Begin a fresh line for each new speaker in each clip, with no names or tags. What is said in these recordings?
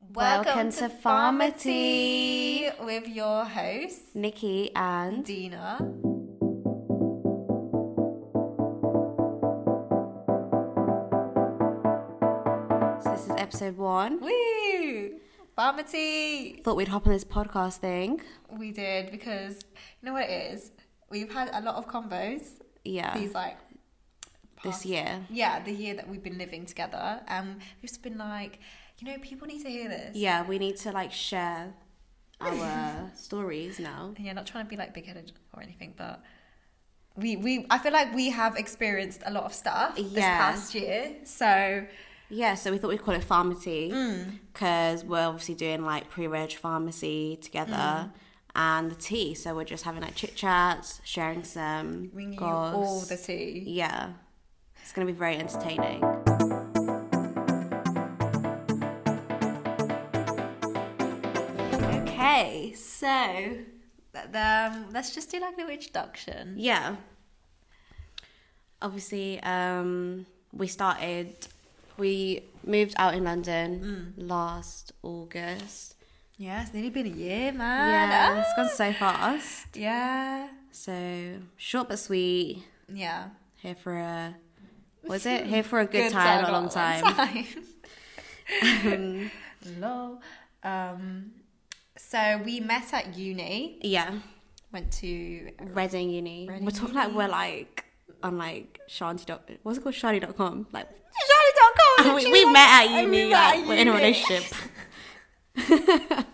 Welcome to
Pharmacy
with your hosts,
Nikki and
Dina.
so this is episode one.
Woo! Pharmacy!
Thought we'd hop on this podcast thing.
We did because you know what it is? We've had a lot of convos
Yeah.
these like
this
past-
year.
Yeah, the year that we've been living together. And we've just been like, you know, people need to hear this.
Yeah, we need to like share our stories now.
yeah, not trying to be like big headed or anything, but we we I feel like we have experienced a lot of stuff this
Yeah.
past year. So
Yeah, so we thought we'd call it pharmacy
Mm.
because we're obviously doing like pre-reg pharmacy
Mm.
together and the tea. So we're just having like chit chats, sharing some
bringing you
goss.
all the tea.
Yeah, it's gonna be very entertaining.
Okay, so th- um, let's just do like a little introduction.
Yeah. Obviously, um, we started, we moved out in London
Mm.
last August.
Yeah, it's nearly been a year, man.
Yeah, it's
Ah.
gone so fast.
Yeah,
So short but sweet.
yeah.
Here for a, was it here for a good, time, not a long time?
time. Lol. Um, so we met at uni.
yeah,
Went to
Reading Uni.
Reading
we're talking like we're like on like Shanti dot. What's it called? Shanti.com. Like
Charlie.com.
we, we met at uni. like we're in a relationship.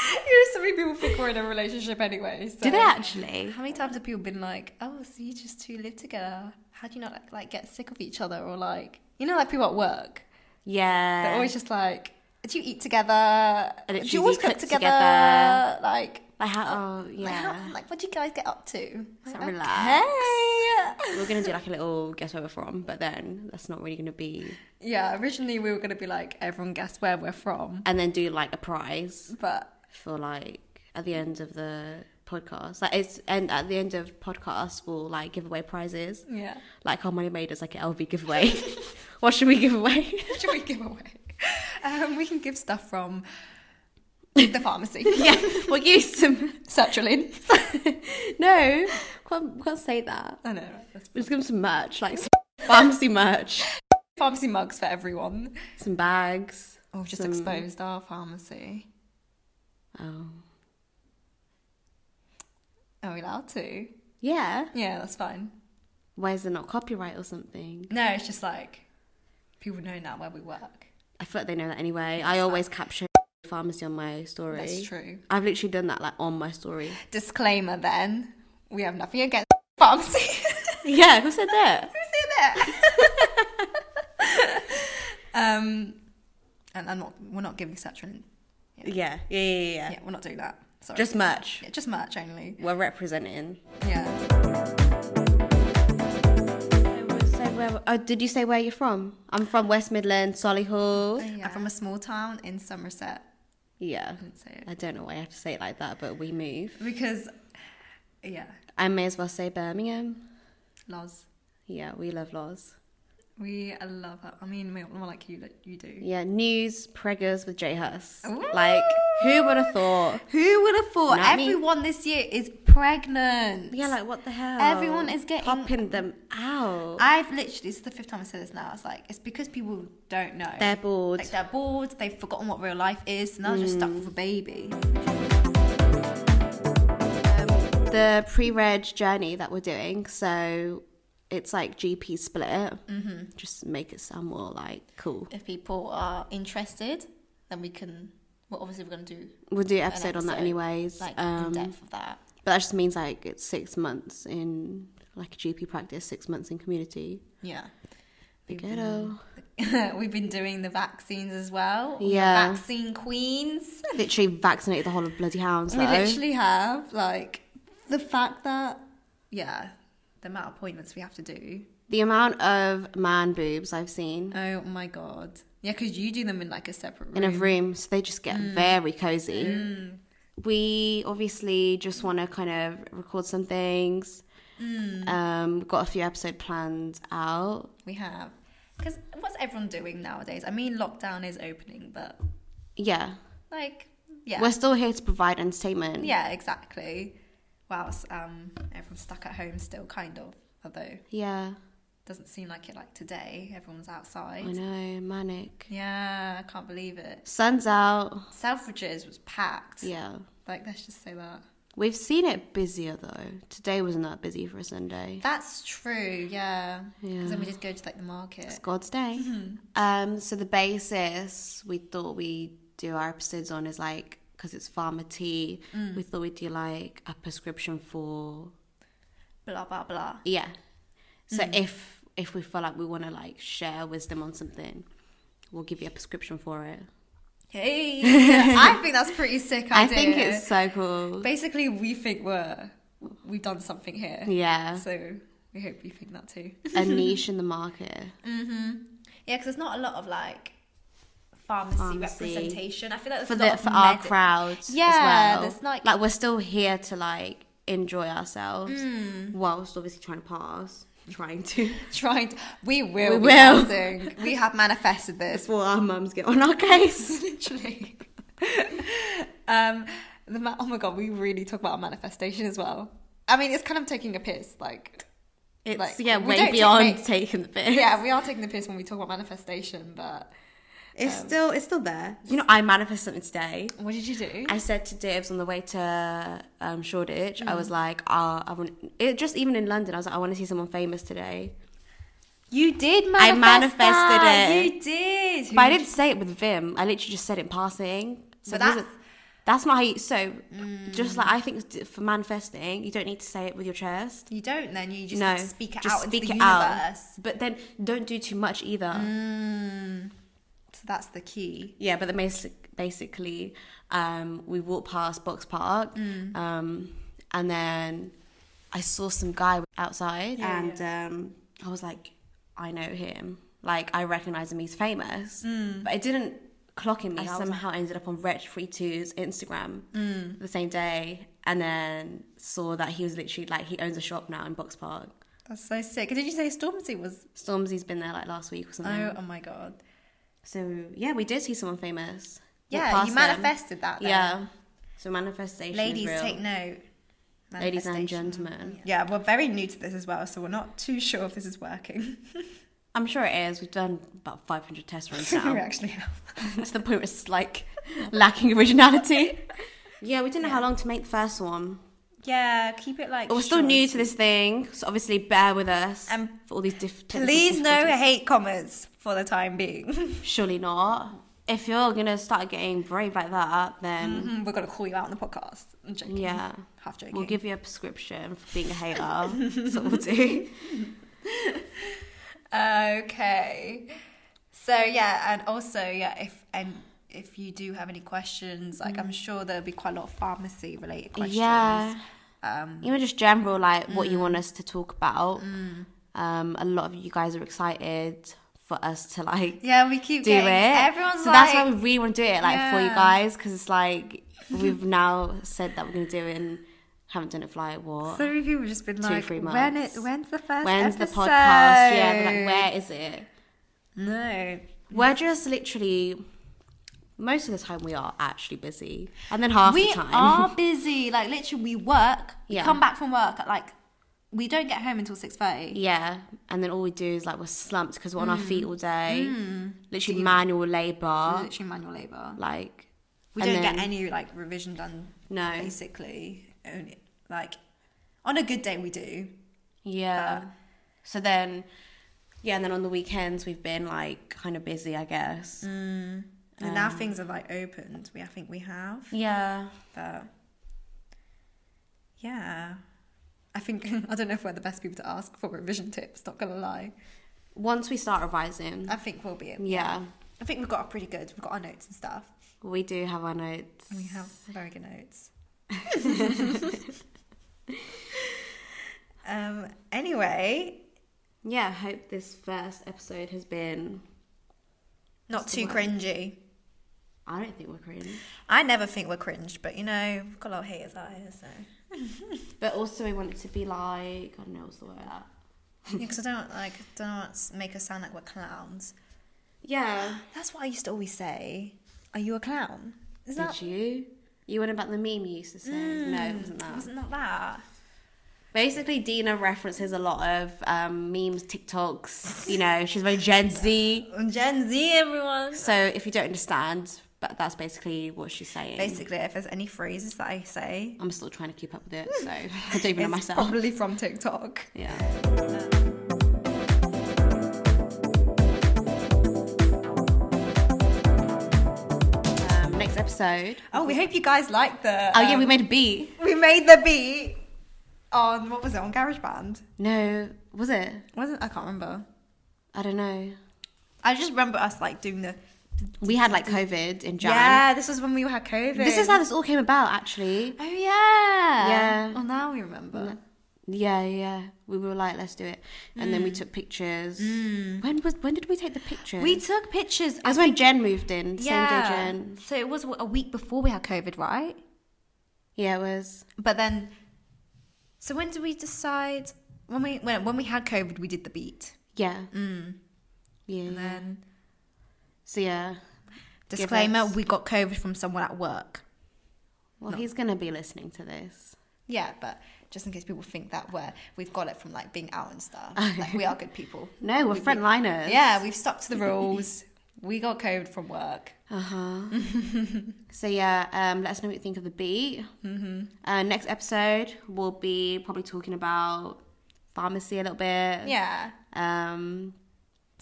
You know, so many people think we're in a relationship anyway. So.
Do they actually?
How many times have people been like, "Oh, so you just two live together? How do you not like, like get sick of each other?" Or like, you know, like people at work,
Yeah.
they're always just like, "Do you eat together?
Um, And
Do
it's
you always
usually
cook
cooked
together?
together."
Like,
Like how? Oh,
like,
yeah.
how, like, what do you guys get up to?
So
Like, uh,
relax.
okay.
We We're gonna do like a little guess where we're from, but then that's not really gonna be.
Yeah, originally we were gonna be like, everyone guess where we're from,
And then do like a prize
but
for like at the end of the podcast. Like it's and at the end of podcast we'll like give away prizes.
yeah,
Like how money made us like an LV giveaway. what should we give away?
what should we give away? Um, we can give stuff from the pharmacy,
yeah, we'll give you some.
sertraline.
no, can't, can't say that.
I know. right, that's-
We'll just give them some merch, like some pharmacy merch,
Pharmacy mugs for everyone.
some bags.
Oh, just
some-
exposed our pharmacy.
Oh,
Are we allowed to?
yeah.
Yeah, that's fine.
Why is there not copyright or something?
No, it's just like people know now where we work.
I feel like they know that anyway. I always capture pharmacy on my story.
That's true.
I've literally done that like on my story.
Disclaimer then, we have nothing against pharmacy. Who
Yeah, who said that?
said that? um, and I'm not, we're not giving sertraline.
Yeah, yeah, yeah, yeah. yeah.
Yeah, we're not doing that. Sorry.
Just merch.
yeah, just merch only.
We're representing.
Yeah.
So where, oh, did you say where you're from? I'm from West Midland, Solihull.
I'm from a small town in Somerset.
Yeah.
I didn't say it.
I don't know why I have to say it like that, but we move.
Because, yeah,
I may as well say Birmingham.
Loz.
Yeah, we love Laws.
We love her. I mean, we more like you, like you do.
Yeah, news, preggers with J Hus.
Ooh.
Like, who would have thought?
Who would have thought
Not me.
everyone this year is pregnant?
Yeah, like, what the hell?
Everyone is getting-
Popping them out.
I've literally, this is the fifth time I said this now. It's like, it's because people don't know.
They're bored.
like, they're bored, they've forgotten what real life is, and they're just stuck with a baby.
Mm. the pre-reg journey that we're doing so it's like gp split mm-hmm. just make it sound more like cool
If people are interested, then we can, well, obviously, we're going to do
we'll do an episode, on that
episode,
anyways
like in
um, but
depth of that.
that just means like it's six months in like a gp practice six months in community
Yeah.
the ghetto
We've been doing the vaccines as well. We're
Yeah.
Vaccine queens.
literally vaccinated the whole of bloody hounds
We
though.
literally have like the fact that yeah, the amount of appointments we have to do.
the amount of man boobs i've seen
Oh my god. Yeah, because you do them in like a separate room. Mm.
in a room, so they just get very cozy. We obviously just want to kind of record some things.
Mm.
Um, we've got a few episode plans out.
we have. Because what's everyone doing nowadays? I mean, lockdown is opening, but
Yeah,
Like, yeah.
We're still here to provide entertainment.
yeah, exactly. Whilst um, everyone's stuck at home still, kind of. Although,
Yeah.
doesn't seem like it like today. Everyone's
I
outside.
know, manic.
Yeah, I can't believe it.
Sun's out.
Selfridges was packed.
Yeah.
Like, let's just say that.
We've seen it busier though. Today wasn't that busy for a Sunday.
That's true, yeah. Because
Yeah.
then we just go to like the market.
It's God's day.
Mm-hmm.
Um, so the basis we thought we do our episodes on is like because it's farmer tea.
Mm.
We thought we'd do like a prescription for
Blah, blah, blah.
yeah. So
Mm.
if if we feel like we want to like share wisdom on something, we'll give you a prescription for it.
Hey, I think that's a pretty sick
I,
idea.
think it's so cool.
basically we think we're we've done something here,
Yeah,
so we hope you think that too.
a niche in the market.
Yeah, because there's not a lot of like pharmacy,
Pharmacy.
representation. I feel like there's
for
a
the
lot
for
of
our
medi-
crowds.
Yeah,
as well.
there's like-
we're still here to like enjoy ourselves
Mm.
whilst obviously trying to pass, trying to
Trying to, we will.
We
We
will.
will. We have manifested this
before our mums get on our case.
literally. um, the ma- oh my god, we really talk about our manifestation as well. I mean, it's kind of taking a piss, like.
It's
Like,
yeah,
we
way
don't take-
beyond
wait.
taking the piss. Um,
Yeah, we are taking the piss when we talk about manifestation, but
it's still it's still there. You know, I manifest something today.
what did you do?
I said to Divs on the way to um, Shoreditch, I
Mm.
was like, uh, I want it. Just even in London, I was like, I want to see someone famous today.
You did
I
manifest.
manifested
that.
it.
You did.
But I didn't say it with vim. I literally just said it in passing. So
But
that's,
that's- Mm.
that's not how you. So just like I think d- for manifesting, you don't need to say it with your chest.
You don't. Then you just
no,
speak it
just
out
speak
into the
it out.
universe. Mm.
But then don't do too much either.
So that's the key.
Yeah, but then basic, basically, um, we walked past Box Park,
Mm.
um, and then I saw some guy outside,
Yeah,
and Um, I was like, I know him. Like I recognize him. He's famous, but it didn't clock in me. I,
Mm. I was
somehow ended up on Wretch 32's Instagram
Mm.
the same day, and then saw that he was literally like he owns a shop now in Box Park.
That's so sick. Did you say Stormzy was?
Stormzy's been there like last week or something.
Oh, oh my god.
So yeah, we did see someone famous. Walked
Yeah,
past
you
them.
manifested that. Then.
Yeah. So manifestation.
Ladies,
is real.
take note.
Ladies and
Manifestation.
gentlemen.
Yeah, we're very new to this as well, so we're not too sure if this is working.
I'm sure it is. We've done about 500 test runs
we
now.
actually have.
to the point where it's like lacking originality. Yeah, we didn't know how long to make the first one.
Yeah, keep it like.
But we're still
short.
new to this thing, so obviously bear with us
And
for all these diff- technical
Please no
difficulties.
hate comments for the time being.
Surely not. If you're gonna start getting brave like that, then
Mhm, we're gonna call you out on the podcast. I'm joking.
yeah,
half joking.
we'll give you a prescription for being a hater. That's what we'll do.
Okay. So yeah, and also yeah, if and if you do have any questions, like I'm sure there'll be quite a lot of pharmacy related questions.
Mm. Yeah.
Um Mm.
even just general like what you want us to talk about um a lot of you guys are excited for us to like
yeah, we keep
do
getting
it
everyone's
so
like
that's why we really want to do it like for you
Yeah.
guys because it's like we've now said that we're going to do it and haven't done it for like what
so many people have just been like,
three
when it,
months.
when's the first
when's the
episode?
podcast yeah they're like where is it
No.
we're just literally most of the time we are actually busy and then half
we
the time
are busy. Like literally, we work. We
Yeah.
come back from work at like we don't get home until six thirty.
Yeah, and then all we do is like we're slumped because we're on our feet all day, literally manual labor,
Literally manual labour.
like
We
and
don't get
then-
any like revision done
no,
basically only like on a good day we do
yeah. So then, yeah, and then on the weekends we've been like kind of busy, I guess.
and now
Um.
things are like opened we i think we have
Yeah,
but yeah i think i don't know if we're the best people to ask for revision tips not gonna lie
once we start revising,
i think we'll be
yeah,
i think we've got it pretty good we've got our notes and stuff
we do have our notes.
we have very good notes um anyway
Yeah, I hope this first episode has been.
not
What's the
too
word?
cringy
I don't think we're cringe,
i never think we're cringe but you know we've got a lot of haters out here so
but also we want it to be like I don't know what's the word.
Yeah, because I don't like don't want to make us sound like we're clowns.
Yeah.
That's what I used to always say. Are you a clown? Is that?
Did you? You went about the meme you used to say. No, it wasn't that.
Wasn't that that?
Basically, Dina references a lot of um, memes, TikToks. You know, she's very Gen Z.
Gen Z, everyone.
So if you don't understand, but that's basically what she's saying.
Basically, if there's any phrases that I say,
I'm still trying to keep up with it, so I don't even know
Hmm. it's
myself.
probably from TikTok. Oh,
yeah. Um, next episode.
Oh, we hope you guys like the.
Oh yeah, we
um,
made a beat.
we made the beat on what was it on GarageBand?
No, was it?
Wasn't I can't remember.
I don't know.
I just remember us like doing the.
We had like COVID in Jan.
Yeah, this was when we had COVID.
This is how this all came about, actually.
Oh yeah.
Yeah.
Well, now we remember.
Yeah, yeah. We were like, let's do it, and
Hmm.
then we took pictures. When was when did we take the pictures?
We took pictures.
That's when Jen moved in.
yeah.
Same day Jen.
So it was a week before we had COVID, right?
Yeah, it was.
But then, so when did we decide? When we when, when we had COVID, we did the beat.
Yeah. Yeah.
Mm. And
yeah.
then
So yeah.
disclaimer:
us-
we got COVID from someone at work.
Well, he's gonna be listening to this.
Yeah, but just in case people think that we're we've got it from like being out and stuff. like we are good people.
No, we're
We-
frontliners.
Yeah, we've stuck to the rules. we got COVID from work.
Uh huh. so yeah, um, let us know what you think of the beat. Mm-hmm. Uh, next episode, we'll be probably talking about pharmacy a little bit.
Yeah.
Um,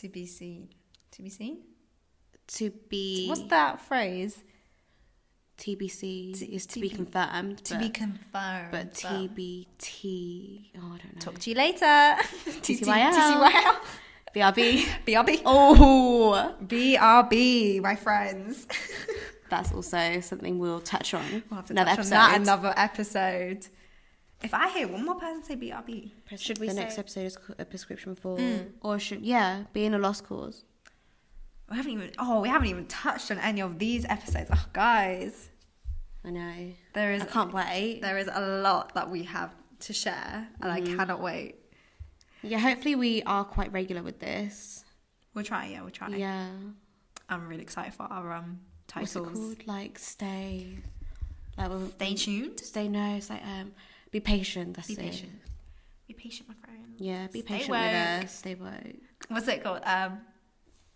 To be seen. To be seen.
to be
What's that phrase?
TBC
T-
is to be
TB.
confirmed.
To be confirmed.
But TBT. Oh, I don't know.
Talk to you later.
TTYL.
TTYL.
BRB.
BRB.
Oh,
BRB, my friends.
that's also something we'll touch on.
We'll have to
another
touch
episode.
on that another episode. If I hear one more person say BRB, should we
the
say?
next episode is a prescription for, or should yeah, being a lost cause.
we haven't even. Oh, we haven't even touched on any of these episodes. Oh, guys,
I know.
there is
I can't wait. Mm-hmm.
there is a lot that we have to share, and I cannot wait.
Yeah, hopefully we are quite regular with this.
We'll try. Yeah, we'll try.
Yeah.
I'm really excited for our um
What's it
titles.
called? Like stay. Like we'll,
Stay tuned.
stay. No, it's like um, be patient. That's
Be
it.
patient. Be patient, my friend.
Yeah, be
Stay
patient
woke.
with us. Stay woke.
What's it called? Um,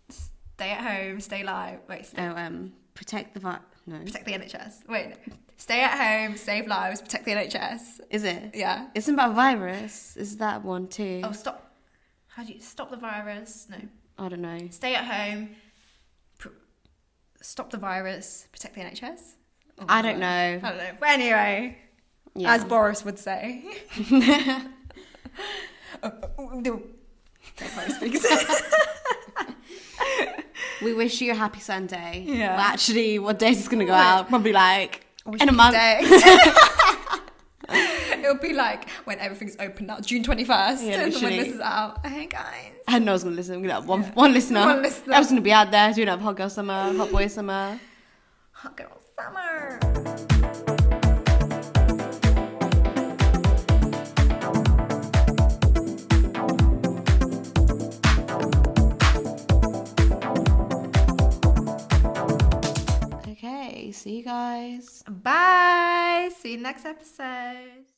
stay at home, stay live. Wait, stay,
Oh, um, protect the vi No,
protect the NHS. Wait, no. stay at home, save lives, protect the NHS.
is it?
Yeah.
It's about virus. Is that one too?
Oh, stop. How do you stop the virus? No.
I don't know.
Stay at home. Pr- stop the virus. Protect the NHS. Oh,
I don't
sorry.
know.
I don't know. But anyway,
Yeah.
as Boris would say. Oh, oh, no. That's how he speaks.
we wish you a happy Sunday.
Yeah.
Well, actually, what day is this gonna go out? Probably like
Wish
in a
me
month.
day. It'll be like when everything's open now, June 21st,
Yeah,
when this
literally.
is out. Hey guys.
I know I was gonna listen. We got one one listener.
One listener.
I was gonna be out there doing up hot girl summer, hot boy summer.
Hot girl summer.
Okay, see you guys.
Bye. See you next episode.